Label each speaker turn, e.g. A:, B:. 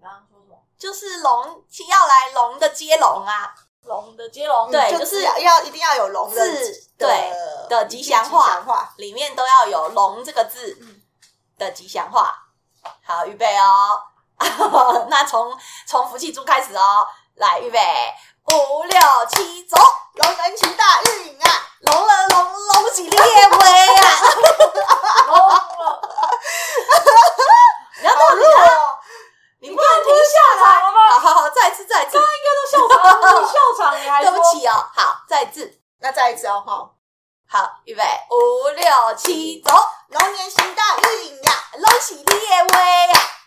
A: 刚刚说什么？
B: 就是龙要来龙的接龙啊
A: 龙的接龙，
B: 对
C: 就
B: 就是
C: 要要一定要有龙的
B: 字对
C: 的
B: 的吉祥话
C: 吉祥话，
B: 里面都要有“龙”这个字
A: 嗯
B: 的吉祥话。好，预备哦。 那从从福气猪开始哦，来预备，五六七，走！
C: 龙人齐大运啊！
B: 龙了龙龙起列威啊！
A: 龙了，
B: 你要
C: 好
B: 到底
C: 弱哦，
B: 你不能停下来
A: 你刚刚不是笑场了吗
B: 好好好，再一次，再一次，
A: 都笑场了，你笑场你还
B: 对
A: 说
B: 不，起哦。好，再一次，
C: 那再一次哦，好，
B: 好，预备，五六七，走！
C: 龙年行大运呀！
B: 龙起列威啊！